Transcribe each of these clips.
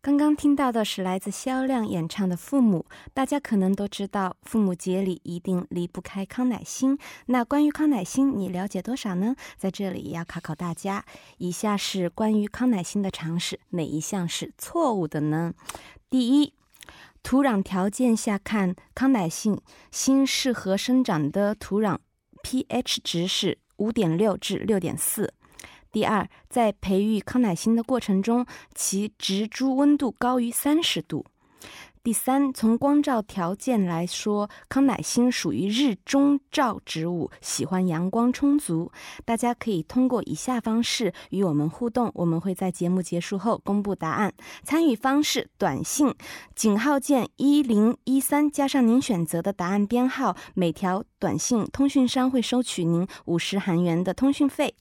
刚刚听到的是来自肖亮演唱的《父母》，大家可能都知道，父母节里一定离不开康乃馨。那关于康乃馨，你了解多少呢？在这里也要考考大家。以下是关于康乃馨的常识，哪一项是错误的呢？第一，土壤条件下看，康乃馨新适合生长的土壤 pH 值是五点六至六点四。第二，在培育康乃馨的过程中，其植株温度高于三十度。第三，从光照条件来说，康乃馨属于日中照植物，喜欢阳光充足。大家可以通过以下方式与我们互动，我们会在节目结束后公布答案。参与方式：短信井号键一零一三加上您选择的答案编号，每条短信通讯商会收取您五十韩元的通讯费。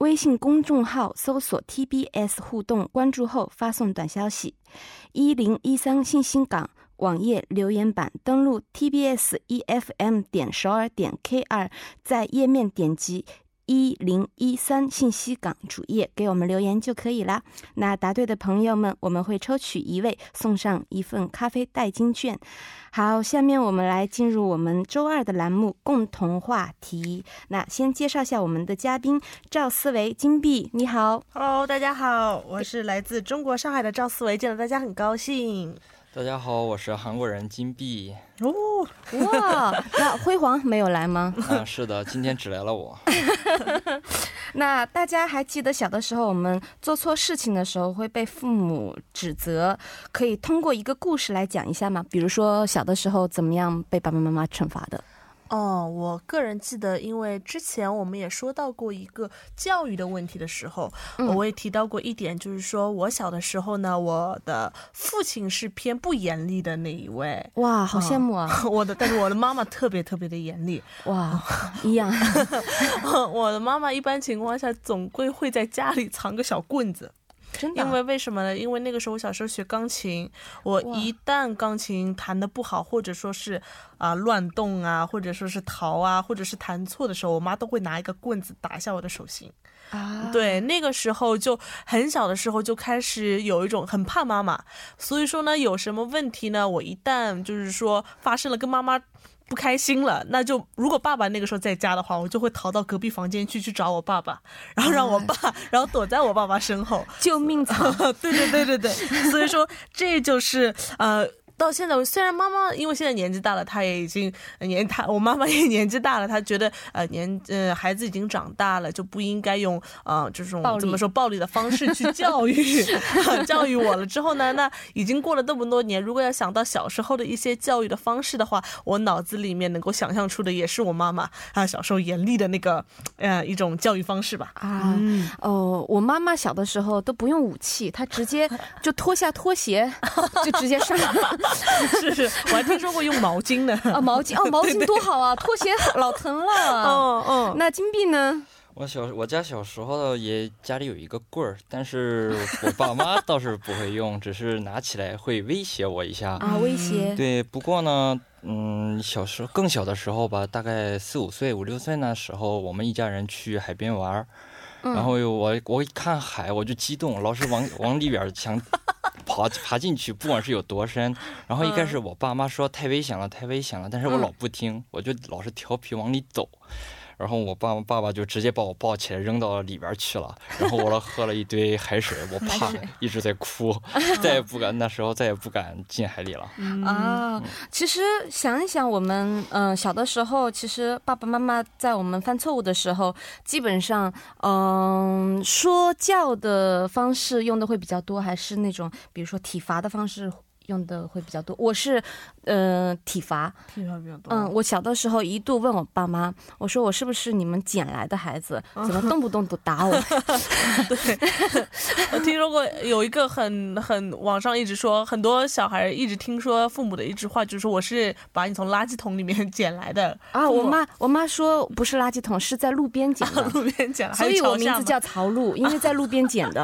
微信公众号搜索 TBS 互动，关注后发送短消息。一零一三信息港网页留言板登录 TBS EFM E 点首尔点 KR，在页面点击一零一三信息港主页给我们留言就可以啦。那答对的朋友们，我们会抽取一位送上一份咖啡代金券。好，下面我们来进入我们周二的栏目共同话题。那先介绍一下我们的嘉宾赵思维、金币，你好。 Hello，大家好，我是来自中国上海的赵思维，见到大家很高兴。大家好，我是韩国人金币。哦，哇，那辉煌没有来吗？啊，是的，今天只来了我。 那大家还记得小的时候，我们做错事情的时候会被父母指责，可以通过一个故事来讲一下吗？比如说小的时候怎么样被爸爸妈妈惩罚的？哦，我个人记得，因为之前我们也说到过一个教育的问题的时候，嗯我也提到过一点，就是说我小的时候呢，我的父亲是偏不严厉的那一位。哇，好羡慕 啊！我的，但是我的妈妈特别特别的严厉。 哇，一样。 我的妈妈一般情况下总归会在家里藏个小棍子，真的啊、因为为什么呢？因为那个时候我小时候学钢琴，我哇一旦钢琴弹得不好，或者说是啊、乱动啊，或者说是逃啊，或者是弹错的时候，我妈都会拿一个棍子打一下我的手心。啊，对，那个时候就很小的时候就开始有一种很怕妈妈，所以说呢，有什么问题呢？我一旦就是说发生了跟妈妈。不开心了，那就如果爸爸那个时候在家的话，我就会逃到隔壁房间去去找我爸爸，然后啊让我爸，然后躲在我爸爸身后，救命草 对对对对对，所以说这就是呃。到现在，我虽然妈妈因为现在年纪大了，她也已经呃年她我妈妈也年纪大了，她觉得呃年呃孩子已经长大了，就不应该用呃这种暴力怎么说暴力的方式去教育嗯教育我了。之后呢，那已经过了这么多年，如果要想到小时候的一些教育的方式的话，我脑子里面能够想象出的也是我妈妈啊小时候严厉的那个呃一种教育方式吧。 啊！哦，我妈妈小的时候都不用武器，她直接就脱下拖鞋就直接上。是是，我还听说过用毛巾呢。啊，毛巾哦，毛巾多好啊，拖鞋老疼了。哦哦， 那金币呢？我小我家小时候也家里有一个棍儿，但是我爸妈倒是不会用，只是拿起来会威胁我一下。啊，威胁。嗯对，不过呢，嗯，小时候更小的时候吧，大概四五岁、五六岁那时候，我们一家人去海边玩儿，然后我我一看海我就激动，老是往 往里边儿想爬爬进去，不管是有多深。然后一开始我爸妈说太危险了，太危险了，但是我嗯老不听，我就老是调皮往里走。然后我爸爸爸就直接把我抱起来扔到里边儿去了，然后我了喝了一堆 海水，我怕一直在哭， 再也不敢那时候再也不敢进海里了。啊，其实想一想，我们嗯、呃小的时候，其实爸爸妈妈在我们犯错误的时候，基本上嗯、说教的方式用的会比较多，还是那种比如说体罚的方式用的会比较多。我是呃体罚，屁话比较多嗯，我小的时候一度问我爸妈，我说我是不是你们捡来的孩子，啊怎么动不动都 打我？我听说过有一个很 很网上一直说，很多小孩一直听说父母的一句话，就是说我是把你从垃圾桶里面捡来的啊，我妈我妈说不是垃圾桶，是在路边捡的。 路边捡来，嗯所以啊还有我桥下名字叫嘛 曹露，因为在路边捡的。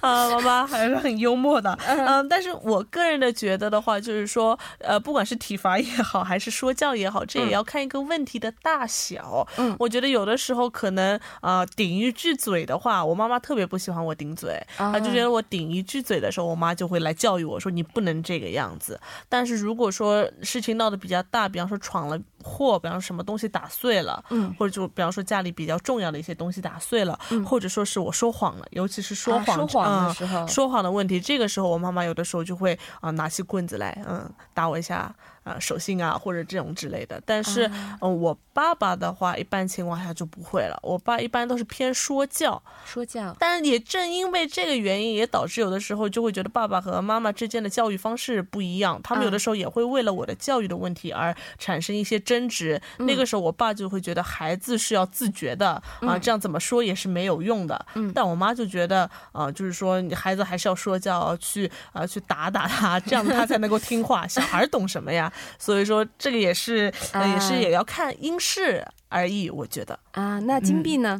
啊，妈妈还是很幽默的。呃，嗯，但是我个人的觉得的话，就是说，呃，不管是体罚也好，还是说教也好，这也要看一个问题的大小。嗯我觉得有的时候可能啊、呃顶一句嘴的话，我妈妈特别不喜欢我顶嘴，啊她就觉得我顶一句嘴的时候，我妈就会来教育我说你不能这个样子。但是如果说事情闹得比较大，比方说闯了祸，比方说什么东西打碎了，嗯，或者就比方说家里比较重要的一些东西打碎了，嗯或者说是我说谎了，尤其是说啊谎、说谎的嗯时候，说谎的问题，这个时候我妈妈有的时候就会啊、拿起棍子来，嗯，打我一下啊、手心啊或者这种之类的。但是，啊嗯、我爸爸的话，一般情况下就不会了。我爸一般都是偏说教，说教，但也正因为这个原因，也导致有的时候就会觉得爸爸和妈妈之间的教育方式不一样，他们有的时候也会为了我的教育的问题而产生一些争执。那个时候，我爸就会觉得孩子是要自觉的啊，这样怎么说也是没有用的。但我妈就觉得啊、就是说你孩子还是要说教，去啊、去打打他，这样他才能够听话。小孩懂什么呀？所以说这个也是、呃也是啊也要看因事而异，我觉得。啊，那嗯金币呢？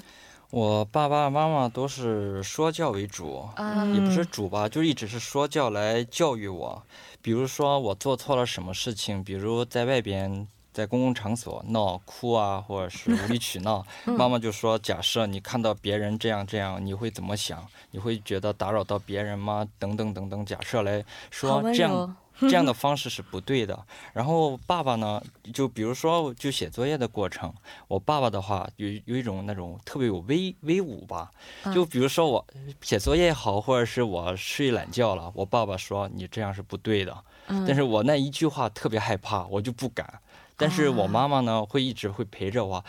我爸爸妈妈都是说教为主，嗯啊嗯也不是主吧，就一直是说教来教育我。比如说我做错了什么事情，比如在外边在公共场所闹哭啊，或者是无理取 闹，嗯妈妈就说：假设你看到别人这样这样，你会怎么想？你会觉得打扰到别人吗？等等等等，假设来好说温这柔样。这样的方式是不对的。然后爸爸呢，就比如说就写作业的过程，我爸爸的话有有一种那种特别有威威武吧，就比如说我写作业也好，或者是我睡懒觉了，我爸爸说你这样是不对的，嗯但是我那一句话特别害怕，我就不敢。但是我妈妈呢，会一直会陪着我，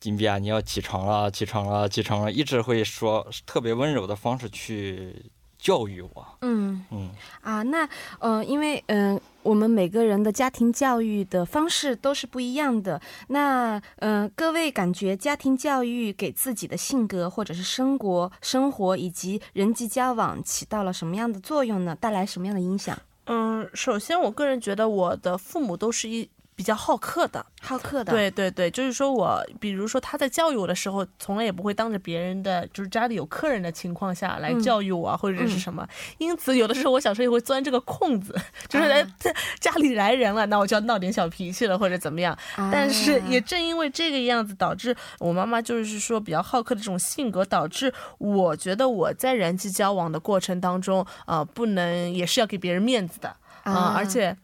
金碧啊，你要起床了，起床了，起床了，一直会说特别温柔的方式去教育我。嗯嗯，啊，那呃，因为嗯、呃我们每个人的家庭教育的方式都是不一样的。那呃，各位感觉家庭教育给自己的性格或者是生活、生活以及人际交往起到了什么样的作用呢？带来什么样的影响？嗯，首先我个人觉得我的父母都是一比较好客的，好客的，，对对对，就是说我，比如说他在教育我的时候，从来也不会当着别人的，就是家里有客人的情况下来嗯教育我啊，或者是什么。因此，有的时候我小时候也会钻这个空子， 就是啊来、家里来人了，那我就要闹点小脾气了，或者怎么样。啊但是也正因为这个样子，导致我妈妈就是说比较好客的这种性格，导致我觉得我在人际交往的过程当中，啊，不能也是要给别人面子的啊、啊而且。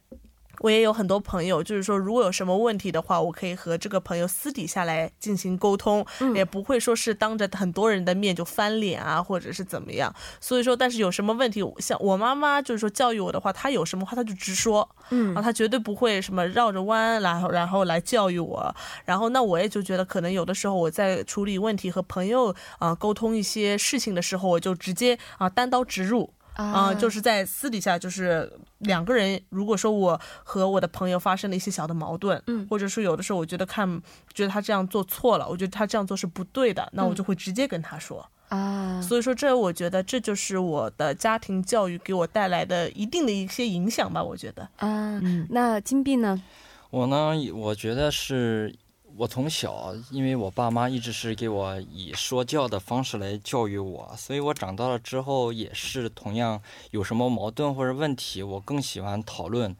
我也有很多朋友，就是说，如果有什么问题的话，我可以和这个朋友私底下来进行沟通，嗯也不会说是当着很多人的面就翻脸啊，或者是怎么样。所以说，但是有什么问题，我像我妈妈就是说教育我的话，她有什么话她就直说，嗯啊，她绝对不会什么绕着弯，然后然后来教育我。然后那我也就觉得，可能有的时候我在处理问题和朋友啊、沟通一些事情的时候，我就直接啊、单刀直入。啊、嗯就是在私底下，就是两个人，如果说我和我的朋友发生了一些小的矛盾，嗯或者说有的时候我觉得看，觉得他这样做错了，我觉得他这样做是不对的，那我就会直接跟他说。啊，所以说，这我觉得这就是我的家庭教育给我带来的一定的一些影响吧，我觉得。啊，嗯那金币呢？我呢，我觉得是我从小，因为我爸妈一直是给我以说教的方式来教育我，所以我长大了之后也是同样有什么矛盾或者问题，我更喜欢讨论。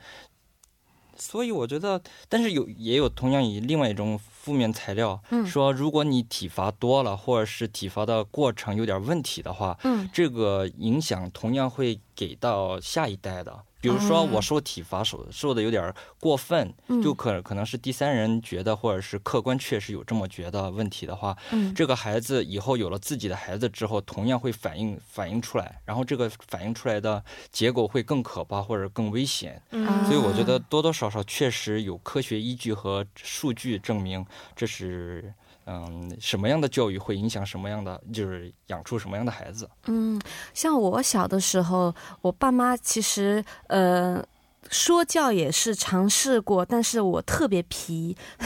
所以我觉得，但是有也有同样以另外一种负面材料，嗯说如果你体罚多了，或者是体罚的过程有点问题的话，嗯这个影响同样会给到下一代的。比如说，我受体罚受受的有点儿过分，嗯就可可能是第三人觉得，或者是客观确实有这么觉得问题的话，嗯这个孩子以后有了自己的孩子之后，同样会反映反映出来，然后这个反映出来的结果会更可怕或者更危险。啊所以我觉得多多少少确实有科学依据和数据证明，这是嗯什么样的教育会影响什么样的，就是养出什么样的孩子。嗯，像我小的时候，我爸妈其实呃。说教也是尝试过，但是我特别皮，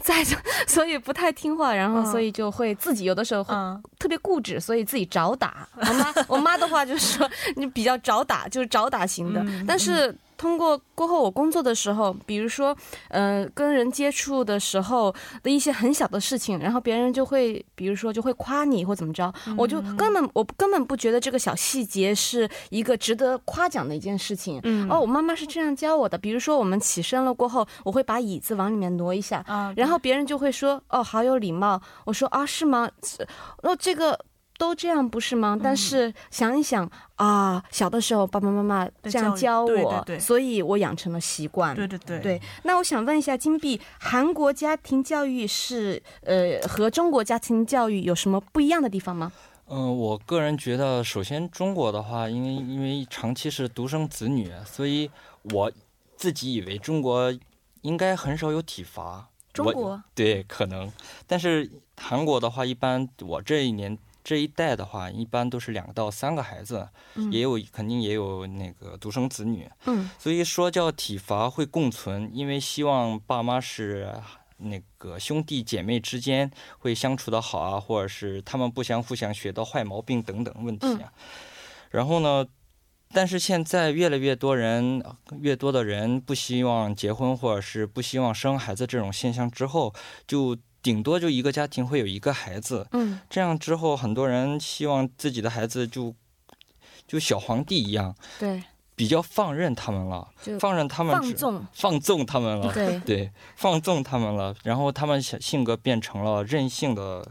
在所以不太听话，然后嗯所以就会自己有的时候会嗯特别固执，所以自己找打。我妈我妈的话就是说你比较找打，就是找打型的，但是通过过后我工作的时候，比如说，嗯、跟人接触的时候的一些很小的事情，然后别人就会，比如说就会夸你或怎么着，我就根本我根本不觉得这个小细节是一个值得夸奖的一件事情。嗯哦，我妈妈是这样教我的。比如说我们起身了过后，我会把椅子往里面挪一下，啊，然后别人就会说：“哦，好有礼貌。”我说：“啊，是吗？这那这个都这样不是吗？”嗯但是想一想啊，小的时候爸爸妈妈对这样教教育我，对对对所以我养成了习惯。对对对对那我想问一下金碧，韩国家庭教育是呃和中国家庭教育有什么不一样的地方吗？嗯、我个人觉得，首先中国的话，因为因为长期是独生子女，所以我自己以为中国应该很少有体罚。中我国对可能，但是韩国的话，一般我这一年这一代的话，一般都是两到三个孩子，也有肯定也有那个独生子女，嗯，所以说叫体罚会共存，因为希望爸妈是那个兄弟姐妹之间会相处的好啊，或者是他们不相互想学到坏毛病等等问题啊。然后呢，但是现在越来越多人，越多的人不希望结婚或者是不希望生孩子这种现象之后，就顶多就一个家庭会有一个孩子，嗯，这样之后很多人希望自己的孩子就就小皇帝一样，对，比较放任他们了就，放任他们放之啊纵，放纵他们了， 对，对，放纵他们了，然后他们性性格变成了任性的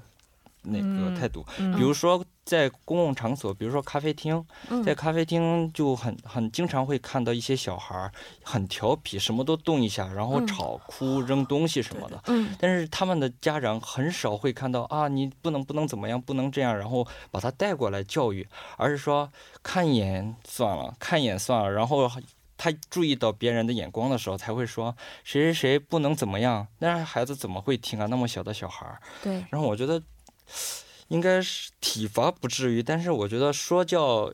那嗯个态度，嗯比如说在公共场所，比如说咖啡厅，嗯在咖啡厅就很很经常会看到一些小孩儿很调皮，什么都动一下，然后嗯吵、哭、扔东西什么的。嗯但是他们的家长很少会看到啊，你不能不能怎么样，不能这样，然后把他带过来教育，而是说看一眼算了，看一眼算了，然后他注意到别人的眼光的时候，才会说谁谁谁不能怎么样，那孩子怎么会听啊？那么小的小孩儿， 对，然后我觉得应该是体罚不至于，但是我觉得说教。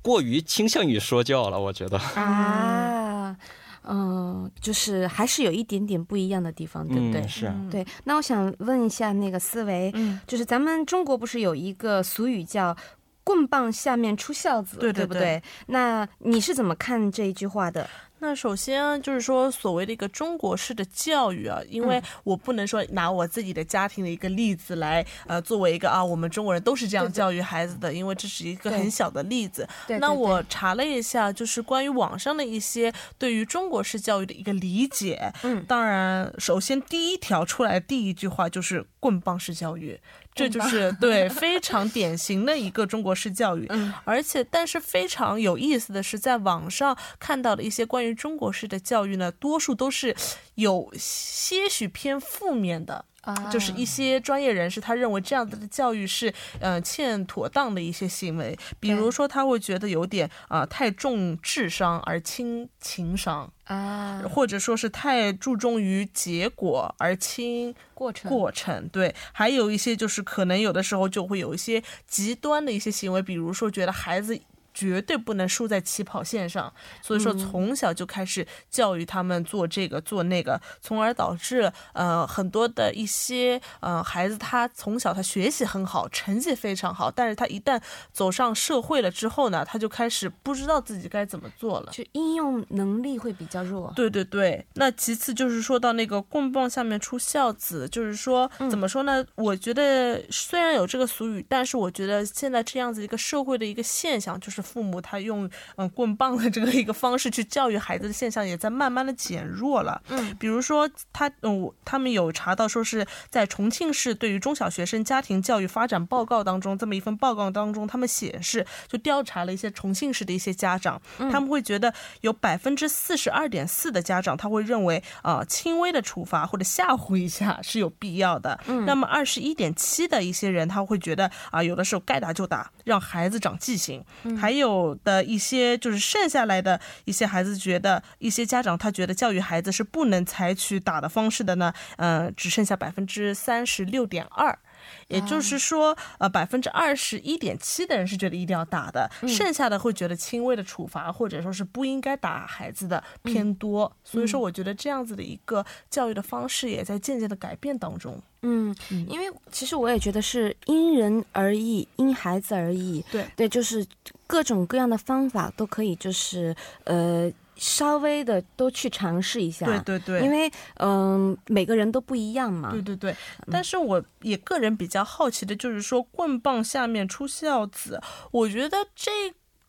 过于倾向于说教了，我觉得，啊，嗯、就是还是有一点点不一样的地方，对不对？嗯，是，对，那我想问一下那个思维，嗯，就是咱们中国不是有一个俗语叫“棍棒下面出孝子”，对对不对对？那你是怎么看这一句话的？那首先啊就是说，所谓的一个中国式的教育啊，因嗯为我不能说拿我自己的家庭的一个例子来，呃，作为一个啊，我们中国人都是这对样对教育孩子的，因为这是一个对很小的例子。对那对对我查了一下，就是关于网上的一些对于中国式教育的一个理解。嗯当然，首先第一条出来的第一句话就是“棍棒式教育”，这就是对非常典型的一个中国式教育。嗯而且，但是非常有意思的是，在网上看到的一些关于中国式的教育呢，多数都是有些许偏负面的。啊就是一些专业人士，他认为这样子的教育是，呃，欠妥当的一些行为，比如说他会觉得有点啊、呃太重智商而轻情商，啊或者说是太注重于结果而轻过程过程，对，还有一些就是可能有的时候就会有一些极端的一些行为，比如说觉得孩子。绝对不能输在起跑线上，所嗯以说从小就开始教育他们做这个做那个，从而导致呃很多的一些呃孩子他从小他学习很好，成绩非常好，但是他一旦走上社会了之后呢，他就开始不知道自己该怎么做了。就应用能力会比较弱。对对对，那其次就是说到那个棍棒下面出孝子，就是说怎么说呢？我觉得虽然有这个俗语，但是我觉得现在这样子一个社会的一个现象，就是父母他用嗯棍棒的这个一个方式去教育孩子的现象，也在慢慢的减弱了。嗯，比如说他嗯，我他们有查到说是在重庆市对于中小学生家庭教育发展报告当中，这么一份报告当中，他们显示就调查了一些重庆市的一些家长，他们会觉得有百分之四十二点四的家长他会认为啊、呃轻微的处罚或者吓唬一下 是有必要的。那么二十一点七的一些人他会觉得啊、有的时候该打就打，让孩子长记性。还有的一些就是剩下来的一些孩子觉得，一些家长他觉得教育孩子是不能采取打的方式的呢，呃，只剩下百分之三十六点二。也就是说，呃，百分之二十一点七的人是觉得一定要打的，剩下的会觉得轻微的处罚或者说是不应该打孩子的偏多。所以说，我觉得这样子的一个教育的方式也在渐渐的改变当中。嗯，因为其实我也觉得是因人而异，因孩子而异。对对，就是各种各样的方法都可以，就是呃稍微的都去尝试一下。对对对，因为嗯、每个人都不一样嘛。对对对，嗯但是我也个人比较好奇的就是说，棍棒下面出孝子，我觉得这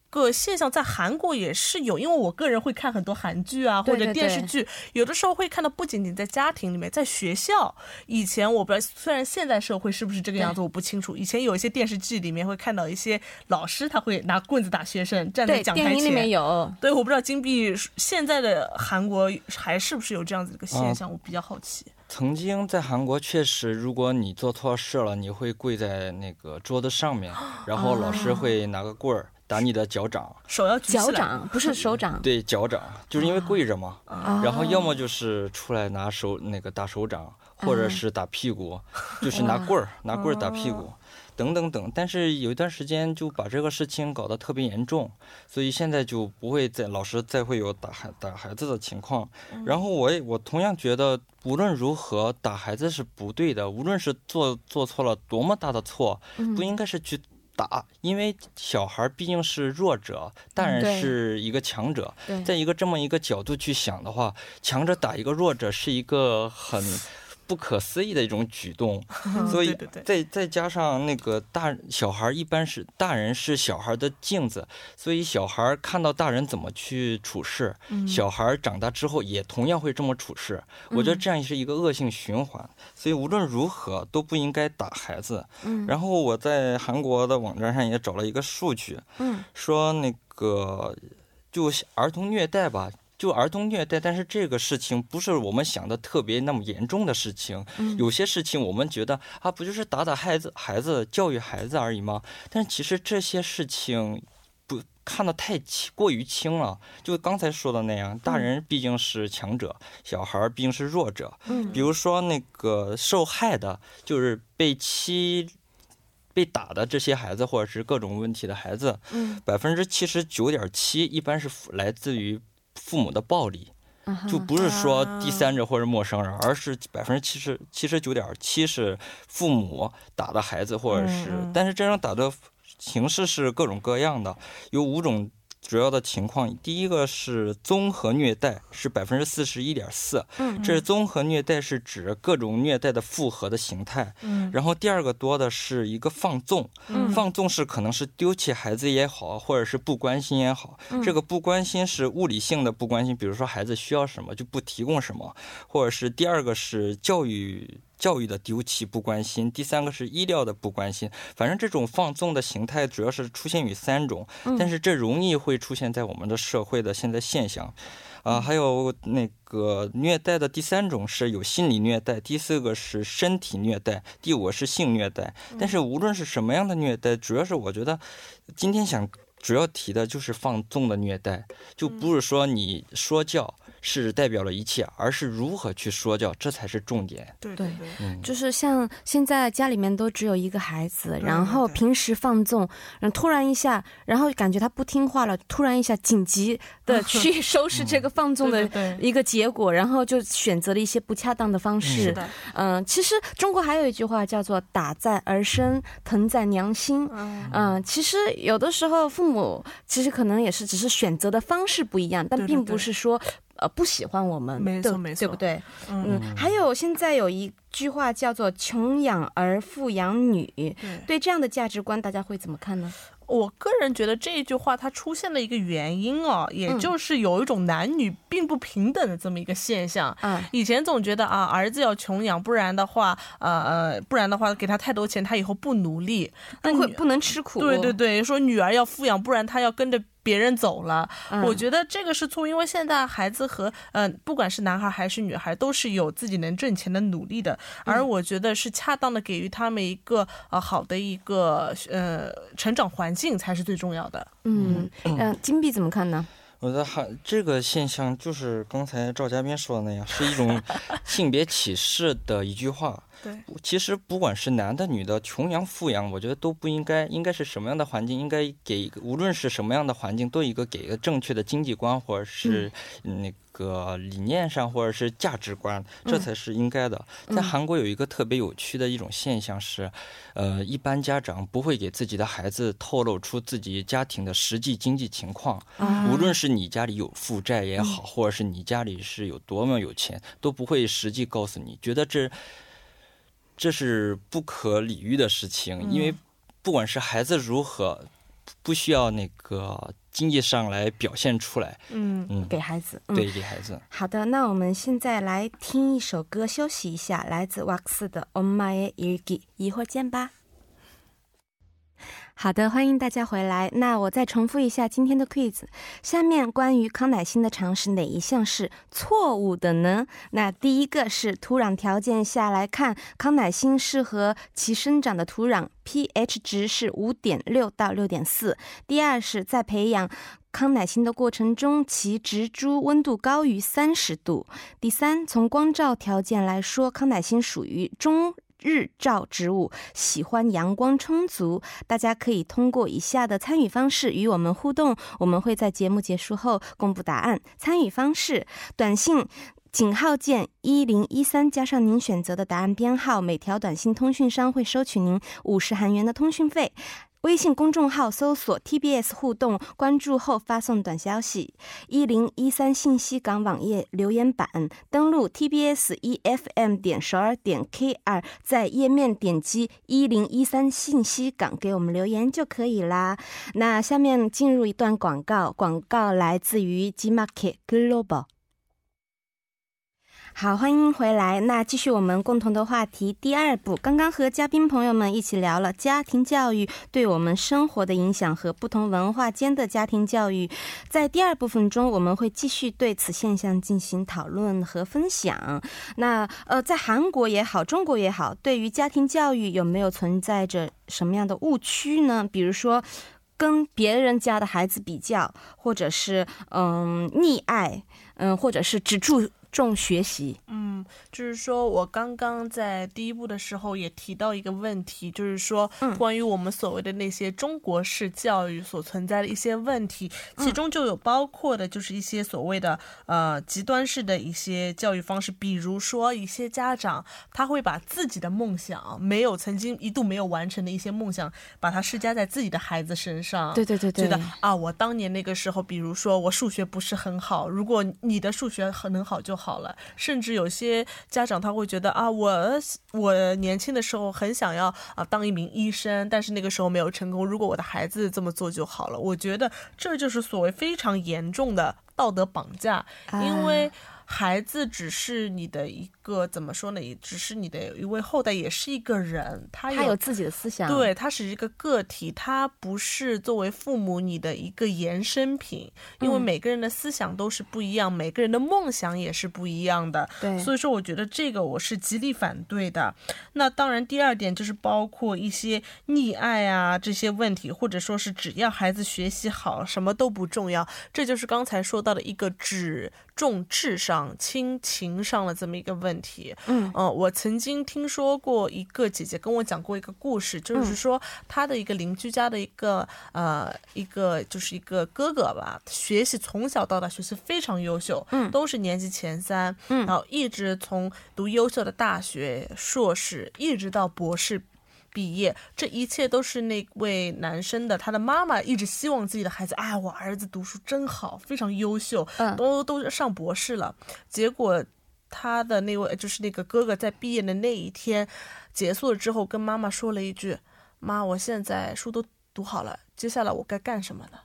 个现象在韩国也是有，因为我个人会看很多韩剧啊，对或对者电视剧，有的时候会看到不仅仅在家庭里面，在学校，以前我不知道，虽然现在社会是不是这个样子，我不清楚。以前有一些电视剧里面会看到一些老师他会拿棍子打学生，站在对，讲台前。电影里面有。对，我不知道金币现在的韩国还是不是有这样子的一个啊现象，我比较好奇。曾经在韩国确实，如果你做错事了，你会跪在那个桌子上面，然后老师会拿个棍儿打你的脚掌，手要举起来脚掌不是手掌，对脚掌，就是因为跪着嘛。啊然后要么就是出来拿手那个打手掌，或嗯者是打屁股，就是拿棍儿拿棍儿打哦屁股，等等等。但是有一段时间就把这个事情搞得特别严重，所以现在就不会再老师再会有打孩打孩子的情况。嗯然后我也我同样觉得，无论如何打孩子是不对的，无论是做做错了多么大的错，嗯不应该是去。打，因为小孩毕竟是弱者，大嗯对人是一个强者，对在一个这么一个角度去想的话，强者打一个弱者是一个很不可思议的一种举动，嗯所以对对对，再再加上那个大小孩一般是大人是小孩的镜子，所以小孩看到大人怎么去处事，小孩长大之后也同样会这么处事。我觉得这样是一个恶性循环，所以无论如何都不应该打孩子。然后我在韩国的网站上也找了一个数据，嗯说那个就是儿童虐待吧，就儿童虐待，但是这个事情不是我们想的特别那么严重的事情。有些事情我们觉得啊，不就是打打孩子、孩子教育孩子而已吗？但是其实这些事情不看得太轻，过于轻了。就刚才说的那样，大人毕竟是强者，小孩儿毕竟是弱者。嗯比如说那个受害的，就是被欺、被打的这些孩子，或者是各种问题的孩子，嗯百分之七十九点七一般是父来自于父母的暴力，啊哈就不是说啊第三者或者陌生人，而是百分之七十七十九点七是父母打的孩子，或者是，嗯嗯但是这种打的形式是各种各样的，有五种。主要的情况，第一个是综合虐待，是百分之四十一点四。嗯这综合虐待是指各种虐待的复合的形态。嗯然后第二个多的是一个放纵，放纵是可能是丢弃孩子也好，或者是不关心也好。这个不关心是物理性的不关心，比如说孩子需要什么就不提供什么，或者是第二个是教育。教育的丢弃不关心，第三个是医疗的不关心，反正这种放纵的形态主要是出现于三种，但是这容易会出现在我们的社会的现在现象，啊、还有那个虐待的第三种是有心理虐待，第四个是身体虐待，第五个是性虐待，但是无论是什么样的虐待，主要是我觉得今天想主要提的就是放纵的虐待，就不是说你说教是代表了一切，而是如何去说教，这才是重点。对对对，嗯，就是像现在家里面都只有一个孩子，对然后对平时放纵，然后突然一下，然后感觉他不听话了，突然一下紧急的去收拾这个放纵的嗯对对对一个结果，然后就选择了一些不恰当的方是式。的，嗯，其实中国还有一句话叫做“打在儿身，疼在娘心”。嗯嗯，其实有的时候父母其实可能也是只是选择的方式不一样，但对对并不对是说呃不喜欢我们，没对错没对不错对？嗯嗯，还有现在有一句话叫做“穷养儿，富养女”，对。对这样的价值观，大家会怎么看呢？我个人觉得这一句话它出现的一个原因哦，也嗯就是有一种男女并不平等的这么一个现象。啊，以前总觉得啊，儿子要穷养，不然的话，呃呃，不然的话给他太多钱，他以后不努力。那那会女不能吃苦？哦对对对，说女儿要富养，不然她要跟着别人走了。嗯，我觉得这个是错，因为现在孩子和嗯、呃不管是男孩还是女孩，都是有自己能挣钱的努力的，而我觉得是恰当的给予他们一个呃好的一个呃成长环境才是最重要的。嗯嗯、呃金币怎么看呢？我觉得还这个现象就是刚才赵嘉宾说的那样，是一种性别歧视的一句话。对，其实不管是男的女的，穷养富养，我觉得都不应该，应该是什么样的环境，应该给一个，无论是什么样的环境，都一个给一个正确的经济观，或者是嗯那个理念上，或者是价值观，这才是应该的。在韩国有一个特别有趣的一种现象是，呃，一般家长不会给自己的孩子透露出自己家庭的实际经济情况，嗯啊无论是你家里有负债也好，或者是你家里是有多么有钱，都不会实际告诉你，觉得这这是不可理喻的事情，因为不管是孩子如何，不需要那个经济上来表现出来，嗯，嗯，给孩子，嗯，对，给孩子，好的，那我们现在来听一首歌休息一下，来自 Wax 的《On My Irgi》，一会儿见吧。好的，欢迎大家回来。那我再重复一下今天的 quiz，下面关于康乃馨的常识哪一项是错误的呢？那第一个是土壤条件下来看，康乃馨适合其生长的土壤，pH 值是五点六到六点四。第二是在培养康乃馨的过程中，其植株温度高于三十度。第三，从光照条件来说，康乃馨属于中。日照植物喜欢阳光充足，大家可以通过以下的参与方式与我们互动，我们会在节目结束后公布答案。参与方式：短信。井号键一零一三加上您选择的答案编号，每条短信通讯商会收取您五十韩元的通讯费。微信公众号搜索 TBS 互动，关注后发送短消息。一零一三信息港网页留言板，登录 TBS EFM E 点首尔点 KR，在页面点击一零一三信息港给我们留言就可以啦。那下面进入一段广告，广告来自于 Gmarket Global。好，欢迎回来。那继续我们共同的话题，第二步，刚刚和嘉宾朋友们一起聊了家庭教育对我们生活的影响和不同文化间的家庭教育。在第二部分中，我们会继续对此现象进行讨论和分享。那呃，在韩国也好，中国也好，对于家庭教育有没有存在着什么样的误区呢？比如说。跟别人家的孩子比较，或者是嗯溺爱，嗯，或者是只注重学习，嗯，就是说我刚刚在第一部的时候也提到一个问题，就是说嗯关于我们所谓的那些中国式教育所存在的一些问题，其中就有包括的就是一些所谓的呃极端式的一些教育方式，比如说一些家长他会把自己的梦想没有曾经一度没有完成的一些梦想，把它施加在自己的孩子身上。对对对对，觉得啊，我当年那个时候，比如说我数学不是很好，如果你的数学很能好就好了。甚至有些家长他会觉得啊，我我年轻的时候很想要啊当一名医生，但是那个时候没有成功。如果我的孩子这么做就好了，我觉得这就是所谓非常严重的道德绑架，因哎为。孩子只是你的一个怎么说呢？也只是你的一位后代，也是一个人，他哎他有自己的思想，对，它是一个个体，它不是作为父母你的一个衍生品，因为嗯每个人的思想都是不一样，每个人的梦想也是不一样的。对，所以说，我觉得这个我是极力反对的。那当然，第二点就是包括一些溺爱啊这些问题，或者说是只要孩子学习好，什么都不重要，这就是刚才说到的一个只重智商轻情商的这么一个问题。嗯呃，我曾经听说过一个姐姐跟我讲过一个故事，嗯就是说她的一个邻居家的一个呃一个就是一个哥哥吧，学习从小到大学习非常优秀，嗯都是年级前三，嗯然后一直从读优秀的大学、硕士，一直到博士。毕业，这一切都是那位男生的他的妈妈一直希望自己的孩子，哎，我儿子读书真好，非常优秀，嗯都都上博士了。结果他的那位就是那个哥哥在毕业的那一天结束了之后，跟妈妈说了一句：“妈，我现在书都读好了，接下来我该干什么呢？”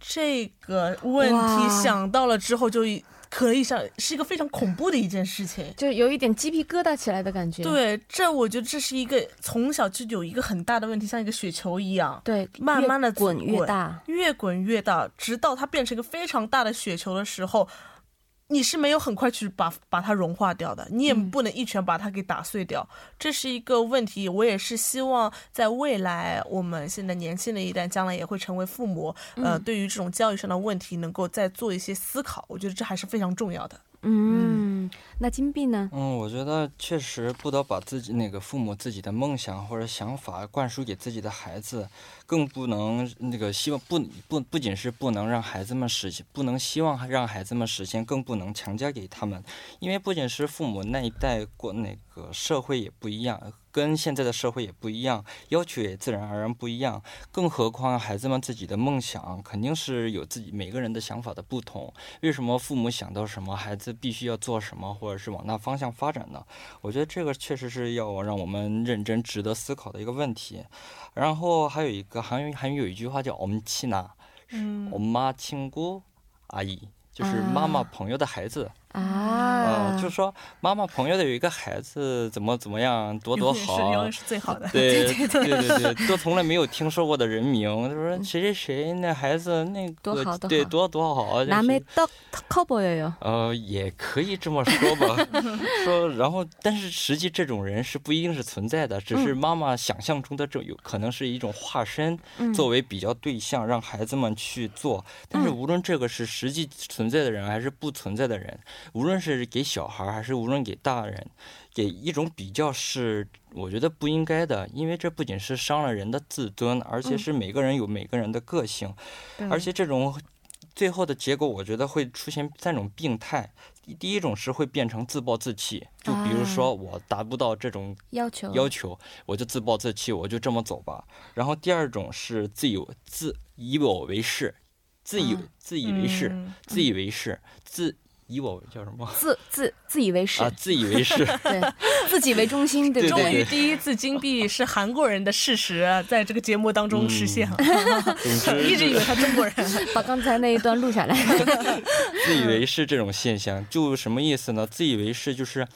这个问哇题想到了之后就一，可以想是一个非常恐怖的一件事情。就有一点鸡皮疙瘩起来的感觉。对，这我觉得这是一个从小就有一个很大的问题，像一个雪球一样，对，慢慢的越滚越大，越滚越大，直到它变成一个非常大的雪球的时候，你是没有很快去把把它融化掉的，你也嗯不能一拳把它给打碎掉，这是一个问题。我也是希望在未来，我们现在年轻的一代将来也会成为父母，呃，嗯对于这种教育上的问题能够再做一些思考，我觉得这还是非常重要的。嗯。那金币呢？嗯，我觉得确实不得把自己那个父母自己的梦想或者想法灌输给自己的孩子，更不能那个希望不不不仅是不能让孩子们实现，不能希望让孩子们实现，更不能强加给他们，因为不仅是父母那一代过那个社会也不一样，跟现在的社会也不一样，要求也自然而然不一样，更何况孩子们自己的梦想肯定是有自己每个人的想法的不同，为什么父母想到什么，孩子必须要做什么，或者是往那方向发展呢？我觉得这个确实是要让我们认真、值得思考的一个问题。然后还有一个韩语，韩语有一句话叫“我们亲呐”，嗯我妈亲姑阿姨，就是妈妈朋友的孩子。啊，呃，就说妈妈朋友的有一个孩子怎么怎么样，多永远多是 好，啊永远是最好的。对对对对对，都从来没有听说过的人名，他说谁谁谁那孩子那个嗯多好多对好多多好，啊就是 남의떡턱커보여요。 呃，也可以这么说 吧，说，然后，但是实际这种人是不一定是存在的，只嗯是妈妈想象中的这有可能是一种化身，作为比较对象让孩子们去做。但是嗯无论这个是实际存在的人还是不存在的人，无论是给小孩儿还是无论给大人，给一种比较是我觉得不应该的，因为这不仅是伤了人的自尊，而且嗯是每个人有每个人的个性。对而且这种最后的结果，我觉得会出现三种病态。第一种是会变成自暴自弃，就比如说我达不到这种要求要求，我就自暴自弃，我就这么走吧。然后第二种是自有自以我为是，自以嗯自以为是，嗯自以为是，自以我叫什么自自自以为是啊？，自以为是，对，自己为中 心，对不对终对？于第一次金币是韩国人的事实，在这个节目当中实现了。总嗯之 一直以为他中国人，把刚才那一段录下来。自以为是这种现象，就什么意思呢？自以为是就是，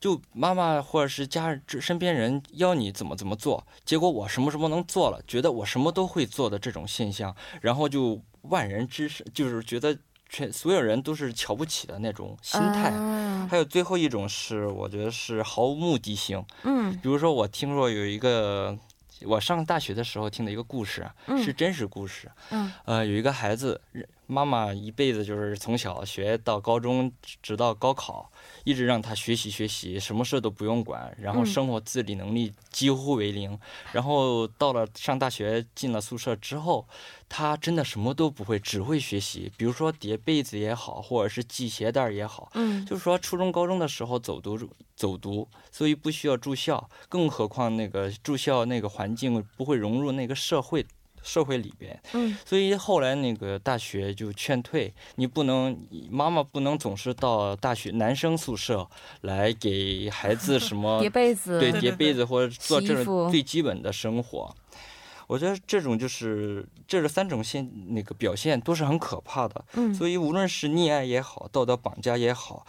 就妈妈或者是家人这身边人要你怎么怎么做，结果我什么什么能做了，觉得我什么都会做的这种现象，然后就万人之上，就是觉得全所有人都是瞧不起的那种 心态。啊还有最后一种是，我觉得是毫无目的性。嗯比如说，我听说有一个，我上大学的时候听的一个故事，是真实故事。嗯呃，有一个孩子，妈妈一辈子就是从小学到高中，直到高考，一直让他学习学习，什么事都不用管，然后嗯生活自理能力几乎为零。然后到了上大学，进了宿舍之后，他真的什么都不会，只会学习，比如说叠被子也好，或者是系鞋带儿也好，嗯就是说初中、高中的时候走读走读，所以不需要住校，更何况那个住校那个环境不会融入那个社会社会里边，嗯，所以后来那个大学就劝退，你不能妈妈不能总是到大学男生宿舍来给孩 子什么叠被子，对对叠对被子或者做洗衣这服种最基本的生活。我觉得这种就是这是三种现那个表现都是很可怕的，嗯所以无论是溺爱也好，道德绑架也好，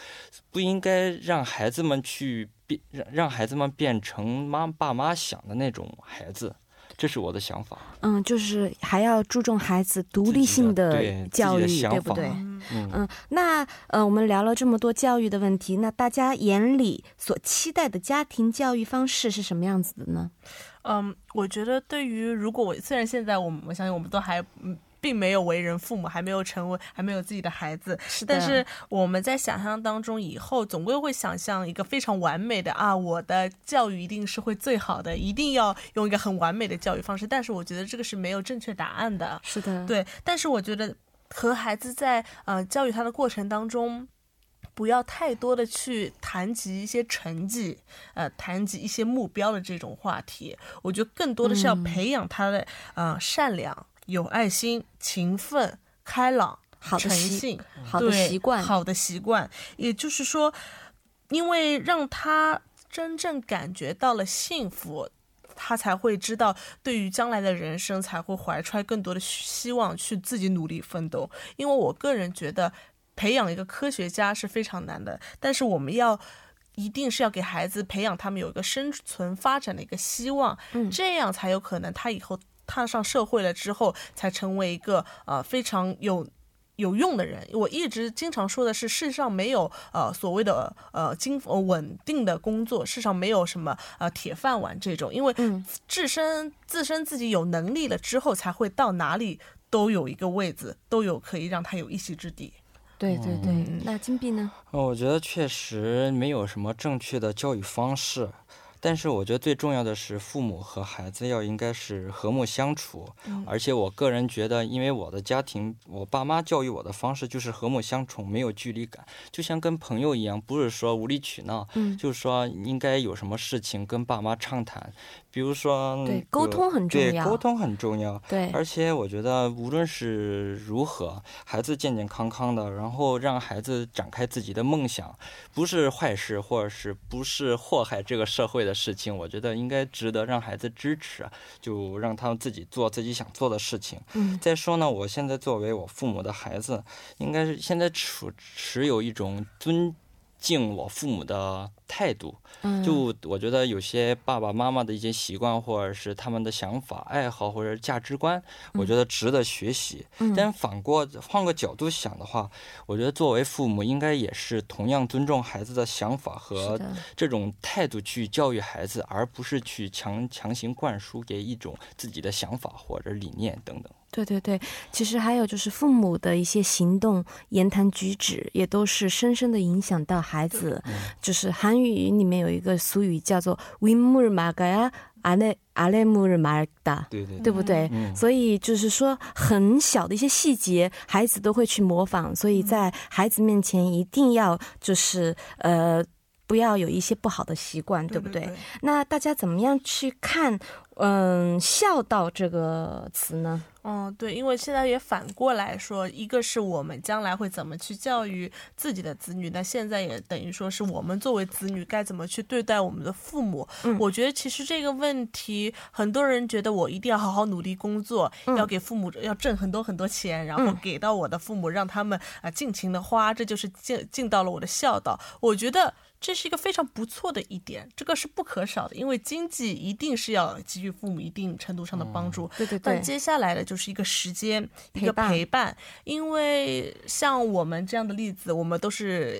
不应该让孩子们去变让让孩子们变成妈爸妈想的那种孩子，这是我的想法。嗯，就是还要注重孩子独立性自己的对教育，自己的对想不法对？嗯，嗯，那呃，我们聊了这么多教育的问题，那大家眼里所期待的家庭教育方式是什么样子的呢？嗯，我觉得对于如果我虽然现在我们我相信我们都还嗯并没有为人父母，还没有成为还没有自己的孩子，是但是我们在想象当中，以后总归会想象一个非常完美的啊，我的教育一定是会最好的，一定要用一个很完美的教育方式。但是我觉得这个是没有正确答案的，是的，对。但是我觉得和孩子在呃教育他的过程当中。不要太多的去谈及一些成绩，呃，谈及一些目标的这种话题。我觉得更多的是要嗯培养他的、呃善良、有爱心、勤奋、开朗、好的诚习信、好的对习惯，好的习惯，也就是说，因为让他真正感觉到了幸福。他才会知道，对于将来的人生才会怀揣更多的希望去自己努力奋斗。因为我个人觉得，培养一个科学家是非常难的，但是我们要一定是要给孩子培养他们有一个生存发展的一个希望，嗯这样才有可能他以后踏上社会了之后，才成为一个呃非常有。有用的人，我一直经常说的是，世上没有呃所谓的呃经呃稳定的工作，世上没有什么呃铁饭碗这种，因为嗯自身自身自己有能力了之后，才会到哪里都有一个位子，都有可以让他有一席之地。对对对，嗯那金币呢？呃我觉得确实没有什么正确的教育方式，但是我觉得最重要的是父母和孩子要应该是和睦相处。而且我个人觉得，因为我的家庭，我爸妈教育我的方式就是和睦相处，没有距离感，就像跟朋友一样，不是说无理取闹，嗯就是说应该有什么事情跟爸妈畅谈，比如说嗯对有沟通很重对要沟通很重要。对而且我觉得，无论是如何，孩子健健康康的，然后让孩子展开自己的梦想，不是坏事，或者是不是祸害这个社会的事情，我觉得应该值得让孩子支持，啊就让他们自己做自己想做的事情。嗯，再说呢，我现在作为我父母的孩子，应该是现在处持有一种尊敬我父母的态度。嗯就我觉得有些爸爸妈妈的一些习惯，或者是他们的想法、爱好或者是价值观，嗯我觉得值得学习。但反过换个角度想的话，我觉得作为父母应该也是同样尊重孩子的想法是和的，这种态度去教育孩子，而不是去强强行灌输给一种自己的想法或者理念等等。对对对，其实还有就是父母的一些行动、言谈举止，也都是深深的影响到孩子。嗯就是韩语里面有一个俗语叫做“윗물마가야아래아래물말다”， 对对对不对？嗯所以就是说，很小的一些细节，孩子都会去模仿。所以嗯在孩子面前，一定要就是呃，不要有一些不好的习惯，对不对？那大家怎么样去看嗯“孝道”这个词呢？嗯，对，因为现在也反过来说，一个是我们将来会怎么去教育自己的子女，那现在也等于说是我们作为子女该怎么去对待我们的父母。嗯我觉得其实这个问题，很多人觉得我一定要好好努力工作，嗯要给父母要挣很多很多钱，然后给到我的父母，让他们啊尽情的花，这就是尽尽到了我的孝道。我觉得。这是一个非常不错的一点，这个是不可少的，因为经济一定是要给予父母一定程度上的帮助。对对但接下来的就是一个时间，一陪个伴陪伴，因为像我们这样的例子，我们都是。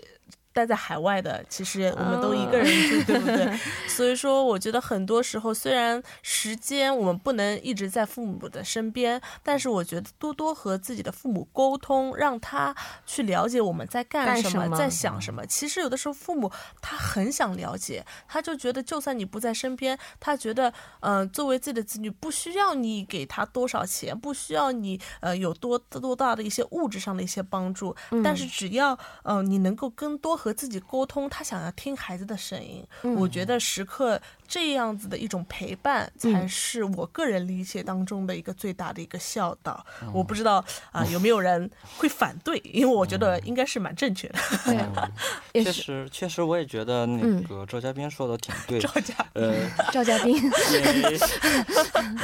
待在海外的，其实我们都嗯一哦个人 住，对不对？所以说，我觉得很多时候，虽然时间我们不能一直在父母的身边，但是我觉得多多和自己的父母沟通，让他去了解我们在干干什么，什么在想什么。其实有的时候，父母他很想了解，他就觉得就算你不在身边，他觉得，呃，作为自己的子女，不需要你给他多少钱，不需要你呃有多多大的一些物质上的一些帮助，但是只要呃你能够更多和自己沟通，他想要听孩子的声音，我觉得时刻这样子的一种陪伴，才是我个人理解当中的一个最大的一个孝道。我不知道 啊、有没有人会反对，因为我觉得应该是蛮正确的。 对，也确是实，确实，我也觉得那个赵嘉宾 说的挺对的赵。家，呃，赵嘉宾，因 为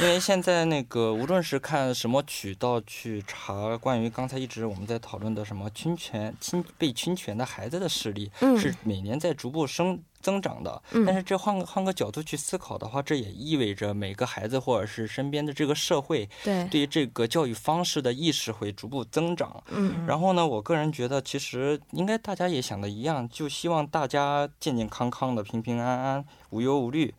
因为现在那个无论是看什么渠道去查关于刚才一直我们在讨论的什么侵权、侵被侵权的孩子的事例，嗯嗯是每年在逐步升。增长的，但是这换个换个角度去思考的话，这也意味着每个孩子或者是身边的这个社会，对对于这个教育方式的意识会逐步增长。嗯，然后呢，我个人觉得其实应该大家也想的一样，就希望大家健健康康的、平平安安、无忧无虑。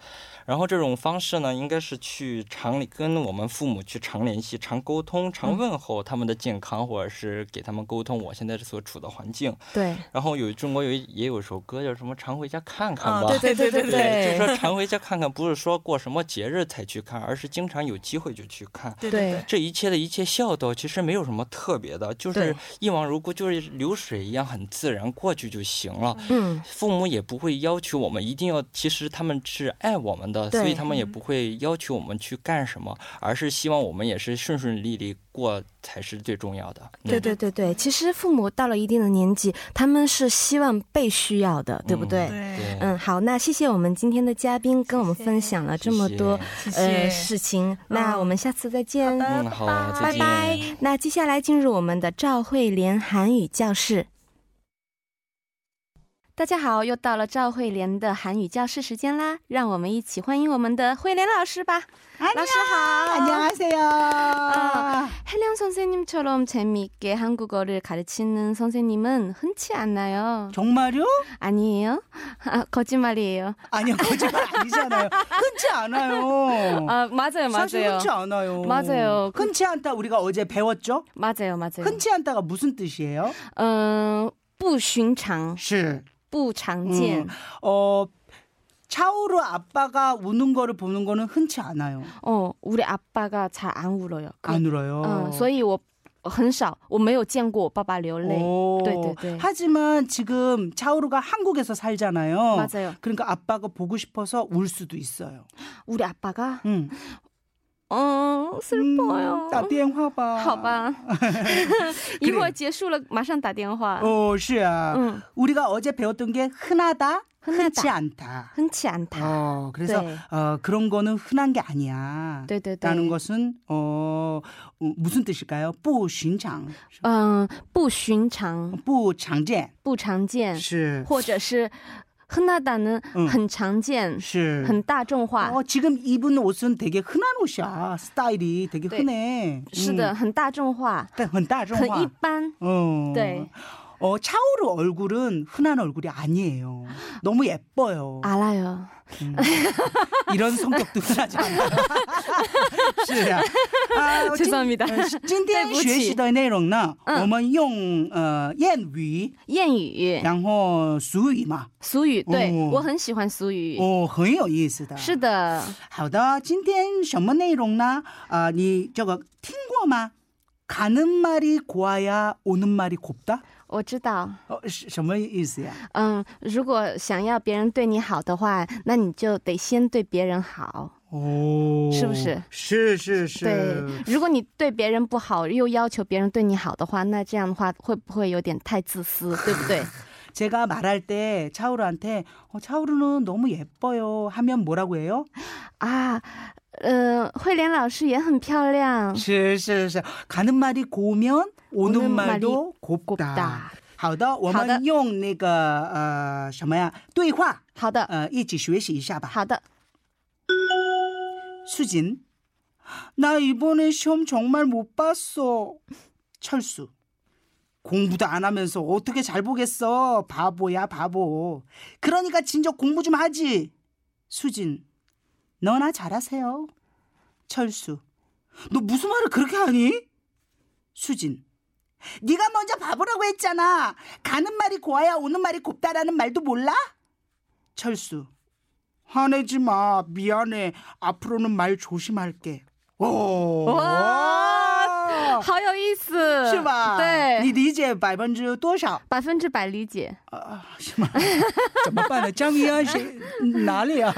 然后这种方式呢，应该是去常理跟我们父母去常联系、常沟通、嗯常问候他们的健康，或者是给他们沟通我现在所处的环境。对，然后有中国有一也有首歌叫什么“常回家看看”啊吧。对对对对对，就说常回家看看，不是说过什么节日才去看，而是经常有机会就去看。对对对这一切的一切孝道，其实没有什么特别的，就是对一往如故，就是流水一样，很自然过去就行了。嗯，父母也不会要求我们一定要，其实他们是爱我们的，对所以他们也不会要求我们去干什么，而是希望我们也是顺顺利利过才是最重要的。嗯对对对对，其实父母到了一定的年纪，他们是希望被需要的，对不对？对，对，嗯，好，那谢谢我们今天的嘉宾跟我们谢谢分享了这么多谢谢。呃事情，那我们下次再见，好的嗯，好，拜再拜见。拜。那接下来进入我们的赵慧莲韩语教室。大家好，又到了赵慧莲的韩语教室时间啦，让我们一起欢迎我们的慧莲老师吧。老师好， 안녕하세요. 아. 혜령 선생님처럼 재미있게 한국어를 가르치는 선생님은 흔치 않나요? 정말요? 아니에요? 아, 거짓말이에요. 아니요 거짓말 아니잖아요. 흔치 않아요. 아, 맞아요, 사실 맞아요. 흔치 않아요. 맞아요. 네. 그- 흔치 않다 우리가 어제 배웠죠? 맞아요, 맞아요. 흔치 않다가 무슨 뜻이에요? 음, 呃不寻常,是不常见. 음. 어 차오루 아빠가 우는 거를 보는 거는 흔치 않아요. 어, 우리 아빠가 잘 안 울어요. 그- 안 울어요. 음, 所以我很少我没有见过我爸爸流泪 오. 네네네. 하지만 지금 차오루가 한국에서 살잖아요. 맞아요. 그러니까 아빠가 보고 싶어서 울 수도 있어요. 우리 아빠가 응. 어 슬퍼요. 음, 나 비행화 봐. 好吧， 一会儿结束了马上打电话。 어, 시야. 嗯， 우리가 어제 배웠던 게 흔하다, 흔하다. 흔치 않다. 很简单。 어, 그래서 네. 어, 그런 거는 흔한 게 아니야. 对对对， 라는 것은 어, 어, 무슨 뜻일까요? 不寻常,嗯，不寻常，不常见.不常见， 시. 或者是흔하다는 嗯哦很常见， 시. 很大众化。 어, 지금 입은 옷은 되게 흔한 옷이야. 스타일이 되게 네. 흔해. 是的， 음, 很大众化， 일단 嗯很大众化.嗯很一般。 어. 네. 어, 차오르 얼굴은 흔한 얼굴이 아니에요. 너무 예뻐요. 알아요. 음. 이런 성격도 흔하지 않아요. 是啊. 아, 진- 죄송합니다. 네, 어. 呃今天对不起学习的内容呢，我们用呃谚语，谚语、然后俗语嘛，俗语，对、哦我很喜欢俗语。哦，很有意思的。是的，好的，今天什么内容呢？啊、你这个听过吗？가는말이고와야오는말이곱다。 어, 我知道。哦，是什么意思呀？嗯，如果想要别人对你好的话，那你就得先对别人好。哦，是不是？是是是。对，如果你对别人不好，又要求别人对你好的话，那这样的话会不会有点太自 私，对不对？ 제가 말할 때 차우르한테 어, 차우르는 너무 예뻐요 하면 뭐라고 해요? 啊，呃，慧莲老师也很漂亮， 슬슬슬 가는 말이 고우면 오는, 오는 말도 곱다. 곱다. 好的。 어, 好的，我们用那个呃什么呀对话呃一起学习一下吧。好的，好的， 수진 나 이번에 시험 정말 못 봤어. 철수 공부도 안 하면서 어떻게 잘 보겠어? 바보야 바보. 그러니까 진작 공부 좀 하지. 수진 너나 잘하세요. 철수 너 무슨 말을 그렇게 하니? 수진 네가 먼저 바보라고 했잖아. 가는 말이 고와야 오는 말이 곱다라는 말도 몰라? 철수 화내지 마. 미안해. 앞으로는 말 조심할게. 오. 와. 好有意思，哦是吧？你呃对，理解百分之多少？百分之百理解。啊，是吗？ 怎么办呢？张明安是哪里 啊？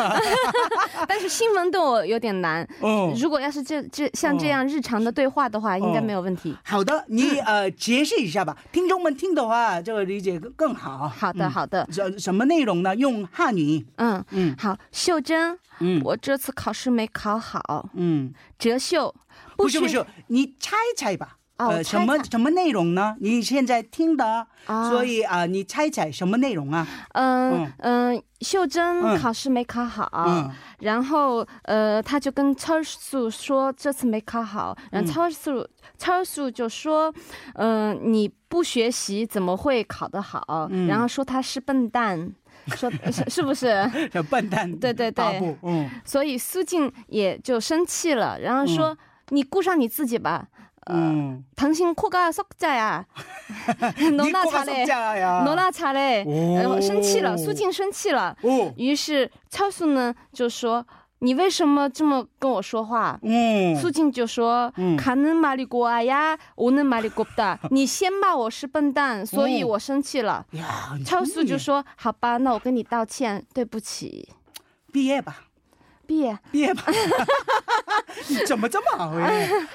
但是新闻对我有点难，哦，如果要是这这像这样日常的对话的话，应该没有问题。好的，你呃解释一下吧，听众们听的话，这个理解更更好。好的，嗯，好的，什什么内容呢？用汉语。嗯，嗯好，秀珍，嗯我这次考试没考好。嗯，哲秀，不是不是，你猜一猜吧。哦呃，猜什么猜什么内容呢？你现在听的，啊，所以啊、你猜一猜什么内容啊？嗯嗯，秀珍嗯考试没考好，嗯，然后呃，他就跟超素说这次没考好，然后超素、超素就说，嗯、你不学习怎么会考得好？嗯然后说他是笨蛋，说 是是不是？小嗯 笨蛋，对对对巴布，嗯，所以苏静也就生气了，然后说、你顾上你自己吧。呃，嗯， 당신 코가 석자야. 너나 니꼬가 잘해 석자야. 너나 잘해. 오. 然后生气了，苏静生气了。 오, 于是超速呢就说：“你为什么这么跟我说话？” 음. 苏静就说：“嗯卡能马里国啊呀，我能马里国的，你先骂我是笨蛋，所以我生气了。 야, 超速就说：“好吧，那我跟你道歉，对不起。毕业吧，”毕业毕业吧。 你怎么这么好呀？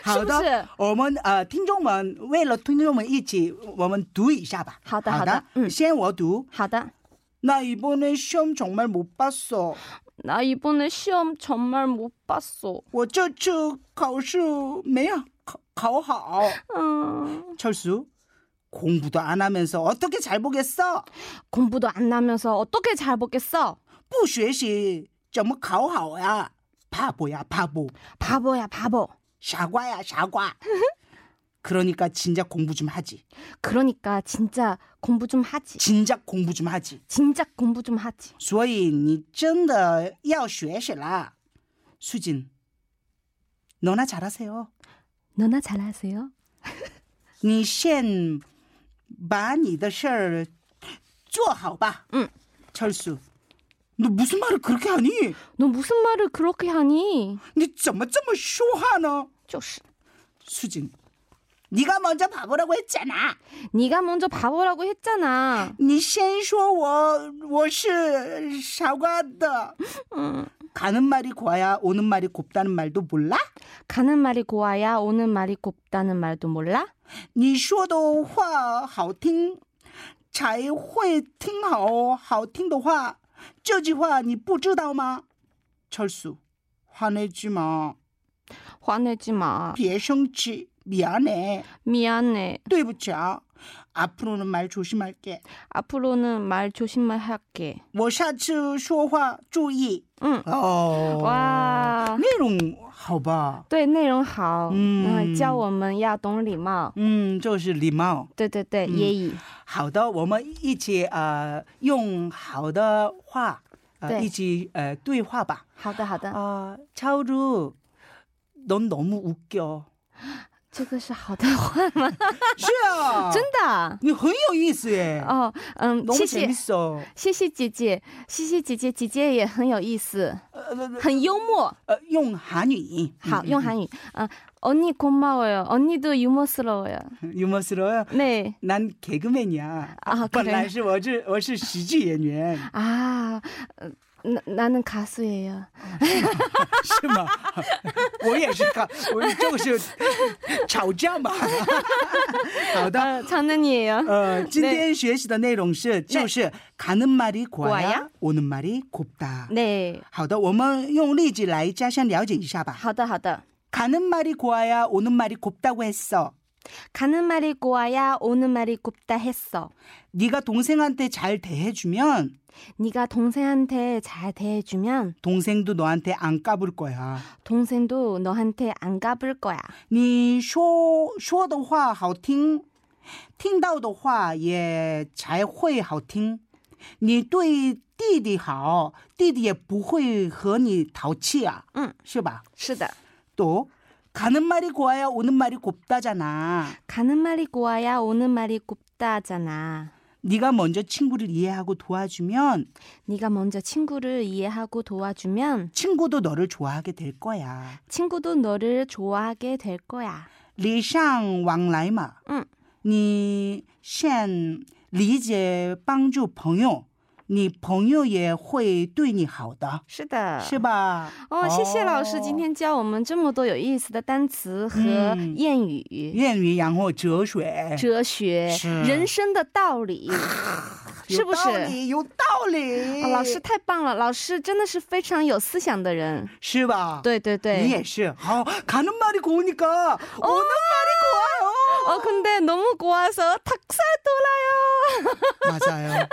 是不是？ 아, 好的，我们呃，听众们为了听众们一起，我们读一下吧。好的，好的，嗯。好的。 先我读。나 나 이번에 시험 정말 못 봤어. 어. 이번에시험정말못봤어。我这次考试没有考考好。 음, 철수 공부도 안 하면서 어떻게 잘 보겠어? 공부도 안 하면서 어떻게 잘 보겠어? 不学习怎么考好呀? 바보야 바보. 바보야 바보. 샤과야 샤과. 그러니까 진작 공부 좀 하지. 그러니까 진짜 공부 좀 하지. 진작 공부 좀 하지. 진작 공부 좀 하지. 所以你真的要学习啦. 수진, 너나 잘하세요. 너나 잘하세요. 你先把你的事儿做好吧. 응. 철수, 너 무슨 말을 그렇게 하니? 너 무슨 말을 그렇게 하니? 你怎么这么说话呢?就是. 수진, 네가 먼저 바보라고 했잖아. 네가 먼저 바보라고 했잖아. 你先说我我是傻瓜的 가는 말이 고와야 오는 말이 곱다는 말도 몰라? 가는 말이 고와야 오는 말이 곱다는 말도 몰라? 你说的话好听才会听好好听的话这句话你不知道吗 철수 화내지 마 화내지 마. 别生气 미안해 미안해. 对不起啊 앞으로는 말 조심할게 앞으로는 말 조심만 할게. 我下次说话注意。 응. 哦， 와. 内容好吧？对，内容好，嗯嗯，教我们要懂礼貌。嗯，就是礼貌。对对对， 음. 也以好的，我们一起呃用好的话呃对一起呃对话吧。好的好的，啊、차우루넌너무웃겨。 这个是 好的话吗？是啊， 真的啊你很有意思耶。哦，嗯， 아. 너무 谢 재밌 谢 어 谢谢姐姐，谢谢姐姐，姐姐也很有意思，很幽默。呃用韩语。好，用韩语，嗯， 아, 언니고마워요，언니도 유머스러워요。 유머스러워요. 네， 난 개그맨이야. 아 本来 래 是我是我是喜剧演员。 아, 어, 나, 나는 가수예요. 是吗？ 我也是看，我就是吵架嘛。 好的， 어, 장난이에요. 呃，今天学习的内容是就是가는말이 네. 고와야 음. 야 오는말이곱다。 네, 好的，我们用例句来加深了解一下吧。好的好的。 가는 말이 고와야 오는 말이 곱다고 했어. 가는 말이 고와야 오는 말이 곱다 했어. 네가 동생한테 잘 대해주면 네가 동생한테 잘 대해주면 동생도 너한테 안 까불 거야. 동생도 너한테 안 까불 거야. 你说说的话好听，听到的话也才会好听。你对弟弟好，弟弟也不会和你淘气啊， 응, 是吧？是的. 또 가는 말이 고와야 오는 말이 곱다잖아. 가는 말이 고와야 오는 말이 곱다잖아. 네가 먼저 친구를 이해하고 도와주면 네가 먼저 친구를 이해하고 도와주면 친구도 너를 좋아하게 될 거야. 친구도 너를 좋아하게 될 거야. 리상 왕라이마. 응. 你先理解帮助朋友，你朋友也会对你好的，是的.是吧？哦，谢谢老师今天教我们这么多有意思的单词和嗯谚语、谚语然后哲学，哲学、哎是人生的道 理，是不有道是？理，有道理，哦老师太棒了，老师真的是非常有思想的人。是吧？，对对对，啊哦你也是。好， 예, 아, 가는말이고우니까 오는 말이 어 근데 너무 고와서 닭살 哦 돌아요. 고와요. 맞아요.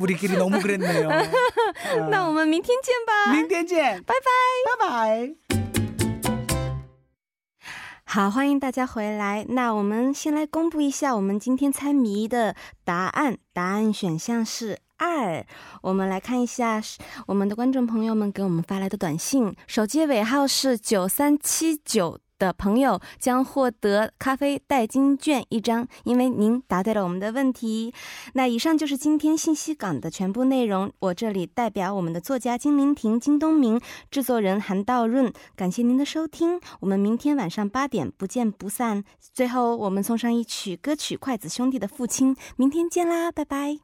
우리끼리 너무 그랬네요. 아, 那我们明天见吧。明天见，拜拜。拜拜。好，欢迎大家回来。那我们先来公布一下我们今天猜谜的答案，答案选项是二。我们来看一下是我们的观众朋友们给我们发来的短信，手机尾号是九三七九。的朋友将获得咖啡代金券一张，因为您答对了我们的问题。那以上就是今天信息港的全部内容。我这里代表我们的作家金玲婷、金东明，制作人韩道润，感谢您的收听，我们明天晚上八点不见不散。最后，我们送上一曲歌曲《筷子兄弟的父亲》，明天见啦，拜拜。